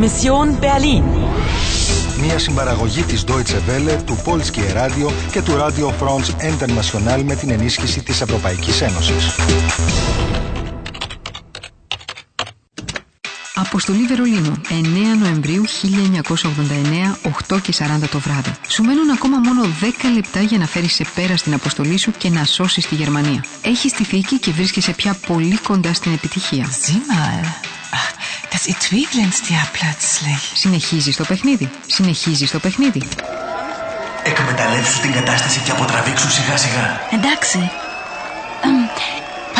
Mission Berlin. Μια συμπαραγωγή της Deutsche Welle, του Polskie Radio και του Radio France International με την ενίσχυση της Ευρωπαϊκής Ένωσης. Αποστολή Βερολίνο, 9 Νοεμβρίου 1989, 8 και 40 το βράδυ. Σου μένουν ακόμα μόνο 10 λεπτά για να φέρεις σε πέρα στην αποστολή σου και να σώσεις τη Γερμανία. Έχεις τη θήκη και βρίσκεσαι πια πολύ κοντά στην επιτυχία. Sieh mal, Ach, das Etui glänzt ja plötzlich. Συνεχίζεις το παιχνίδι. Συνεχίζεις το παιχνίδι. Εκμεταλλεύσου την κατάσταση και αποτραβήξου σιγά σιγά. Εντάξει. Ähm,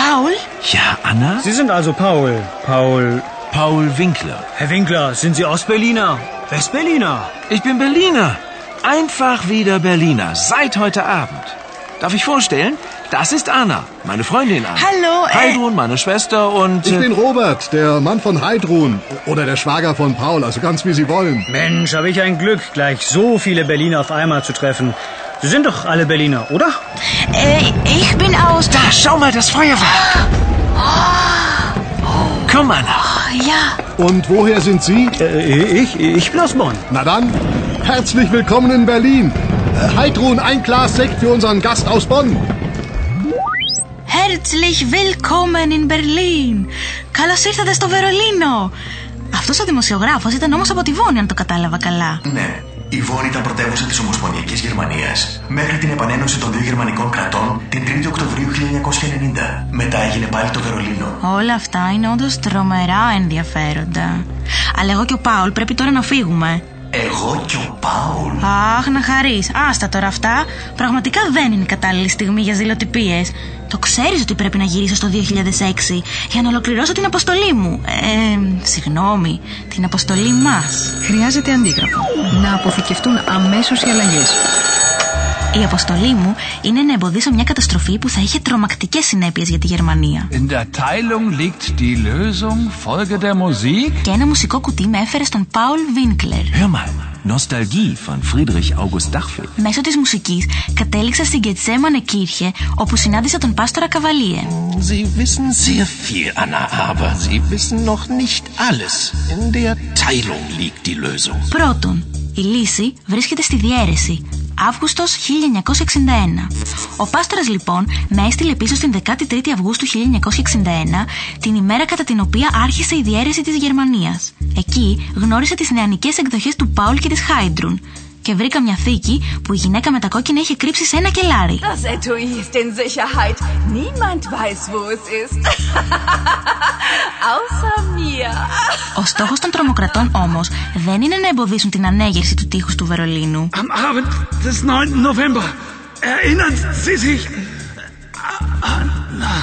Paul? Ja, Anna? Sie sind also Paul. Paul. Paul Winkler. Herr Winkler, sind Sie Ostberliner? Westberliner? Ich bin Berliner. Einfach wieder Berliner. Seit heute Abend. Darf ich vorstellen? Das ist Anna, meine Freundin Anna. Hallo, äh- Heidrun, meine Schwester und... Ich äh, bin Robert, der Mann von Heidrun oder der Schwager von Paul, also ganz wie Sie wollen. Mensch, habe ich ein Glück, gleich so viele Berliner auf einmal zu treffen. Sie sind doch alle Berliner, oder? Äh, ich bin aus. Da, schau mal, das Feuerwerk. Ah. Komm, Anna. Ja. Und woher sind Sie? Äh, ich, ich bin aus Bonn. Na dann, herzlich willkommen in Berlin. Äh, Heidrun, ein Glas Sekt für unseren Gast aus Bonn. Herzlich willkommen in Berlin. Καλώς ήρθατε στο Βερολίνο. Αυτός ο δημοσιογράφος ήταν όμως από τη Βόνη, αν το κατάλαβα καλά. Ναι, η Βόνη ήταν πρωτεύουσα της Ομοσπονδιακής Γερμανίας μέχρι την επανένωση των δύο γερμανικών κρατών την 3η Οκτωβρίου 1990. Μετά έγινε πάλι το Βερολίνο. Όλα αυτά είναι όντως τρομερά ενδιαφέροντα. Αλλά εγώ και ο Πάολ πρέπει τώρα να φύγουμε. Εγώ και ο Πάουλ. Αχ, να χαρείς. Άστα τώρα αυτά. Πραγματικά δεν είναι η κατάλληλη στιγμή για ζηλοτυπίες. Το ξέρεις ότι πρέπει να γυρίσω στο 2006 για να ολοκληρώσω την αποστολή μου. Ε, συγγνώμη, την αποστολή μας. Χρειάζεται αντίγραφο. Να αποθηκευτούν αμέσως οι αλλαγές. Η αποστολή μου είναι να εμποδίσω μια καταστροφή που θα είχε τρομακτικές συνέπειες για τη Γερμανία. In der Teilung liegt die Lösung. Folge der Musik. Και ένα μουσικό κουτί με έφερε στον Πάουλ Βίνκλερ. Hör mal, Nostalgie von Friedrich August Dachfeld. Μέσω της μουσικής κατέληξα στην Κετσέμανε Κύρχε, όπου συνάντησα τον Πάστορα Καβαλίε. Sie wissen sehr viel, Anna, aber Sie wissen noch nicht alles. In der Teilung liegt die Lösung. Πρώτον, η λύση βρίσκεται στη διέρεση. Αύγουστος 1961. Ο Πάστορας λοιπόν με έστειλε πίσω στην 13η Αυγούστου 1961, την ημέρα κατά την οποία άρχισε η διέρεση της Γερμανίας. Εκεί γνώρισα τις νεανικές εκδοχές του Πάουλ και της Χάιντρουν και βρήκα μια θήκη που η γυναίκα με τα κόκκινα είχε κρύψει σε ένα κελάρι. Das Etui ist in Sicherheit. Niemand weiß, wo es ist. Außer mir. Ο στόχος των τρομοκρατών όμως δεν είναι να εμποδίσουν την ανέγερση του τείχους του Βερολίνου. Am Abend des 9. November. Erinnern Sie sich?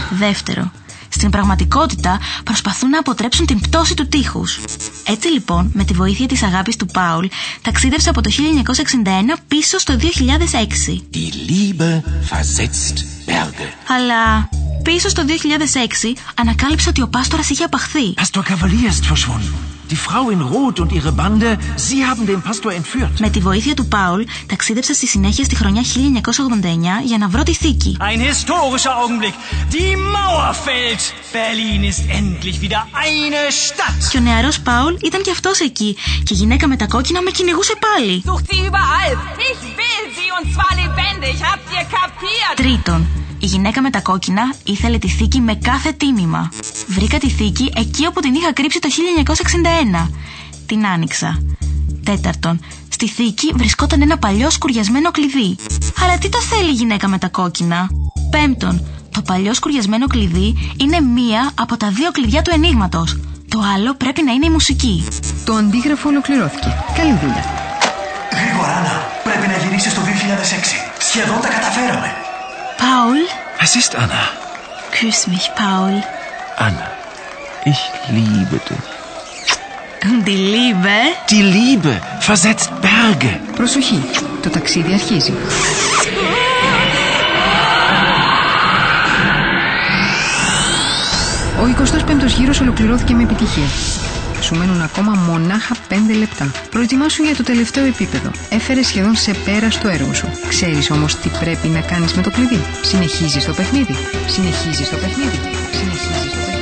Δεύτερο, στην πραγματικότητα προσπαθούν να αποτρέψουν την πτώση του τείχους. Έτσι λοιπόν, με τη βοήθεια της αγάπης του Πάουλ, ταξίδευσα από το 1961 πίσω στο 2006. Die Liebe versetzt Berge. Αλλά πίσω στο 2006 ανακάλυψα ότι ο Πάστορας είχε απαχθεί. Pastor Cavalier ist verschwunden. Die Frau in Rot und ihre Bande, sie haben den Pastor entführt. Με τη βοήθεια του Πάουλ ταξίδευσα στη συνέχεια στη χρονιά 1989 για να βρω τη θήκη. Ein historischer Augenblick. Die Mauer fällt. Berlin ist endlich wieder eine Stadt. Και ο νεαρός Πάουλ ήταν και αυτός εκεί και η γυναίκα με τα κόκκινα με κυνηγούσε πάλι. Sucht sie überall. Ich will sie und zwar lebendig. Habt ihr kapiert? Τρίτον, η γυναίκα με τα κόκκινα ήθελε τη θήκη με κάθε τίμημα. Βρήκα τη θήκη εκεί όπου την είχα κρύψει το 1961. Την άνοιξα. Τέταρτον, στη θήκη βρισκόταν ένα παλιό σκουριασμένο κλειδί. Αλλά τι το θέλει η γυναίκα με τα κόκκινα. Πέμπτον, το παλιό σκουριασμένο κλειδί είναι μία από τα δύο κλειδιά του ενίγματος. Το άλλο πρέπει να είναι η μουσική. Το αντίγραφο ολοκληρώθηκε. Καλή δουλειά. Γρήγορα, Άννα, πρέπει να γυρίσει στο 2006. Σχεδόν τα καταφέραμε. Πάουλ, Was ist, Anna? küss mich, Πάουλ. Anna, ich liebe dich. Die Liebe. Die Liebe versetzt Berge. Προσοχή. Το ταξίδι αρχίζει. Ο 25ος γύρος ολοκληρώθηκε με επιτυχία. Σου μένουν ακόμα μονάχα 5 λεπτά. Προετοιμάσου για το τελευταίο επίπεδο. Έφερε σχεδόν σε πέρα στο έργο σου. Ξέρεις όμως τι πρέπει να κάνεις με το κλειδί. Συνεχίζεις το παιχνίδι. Συνεχίζεις το παιχνίδι. Συνεχίζεις το παιχνίδι.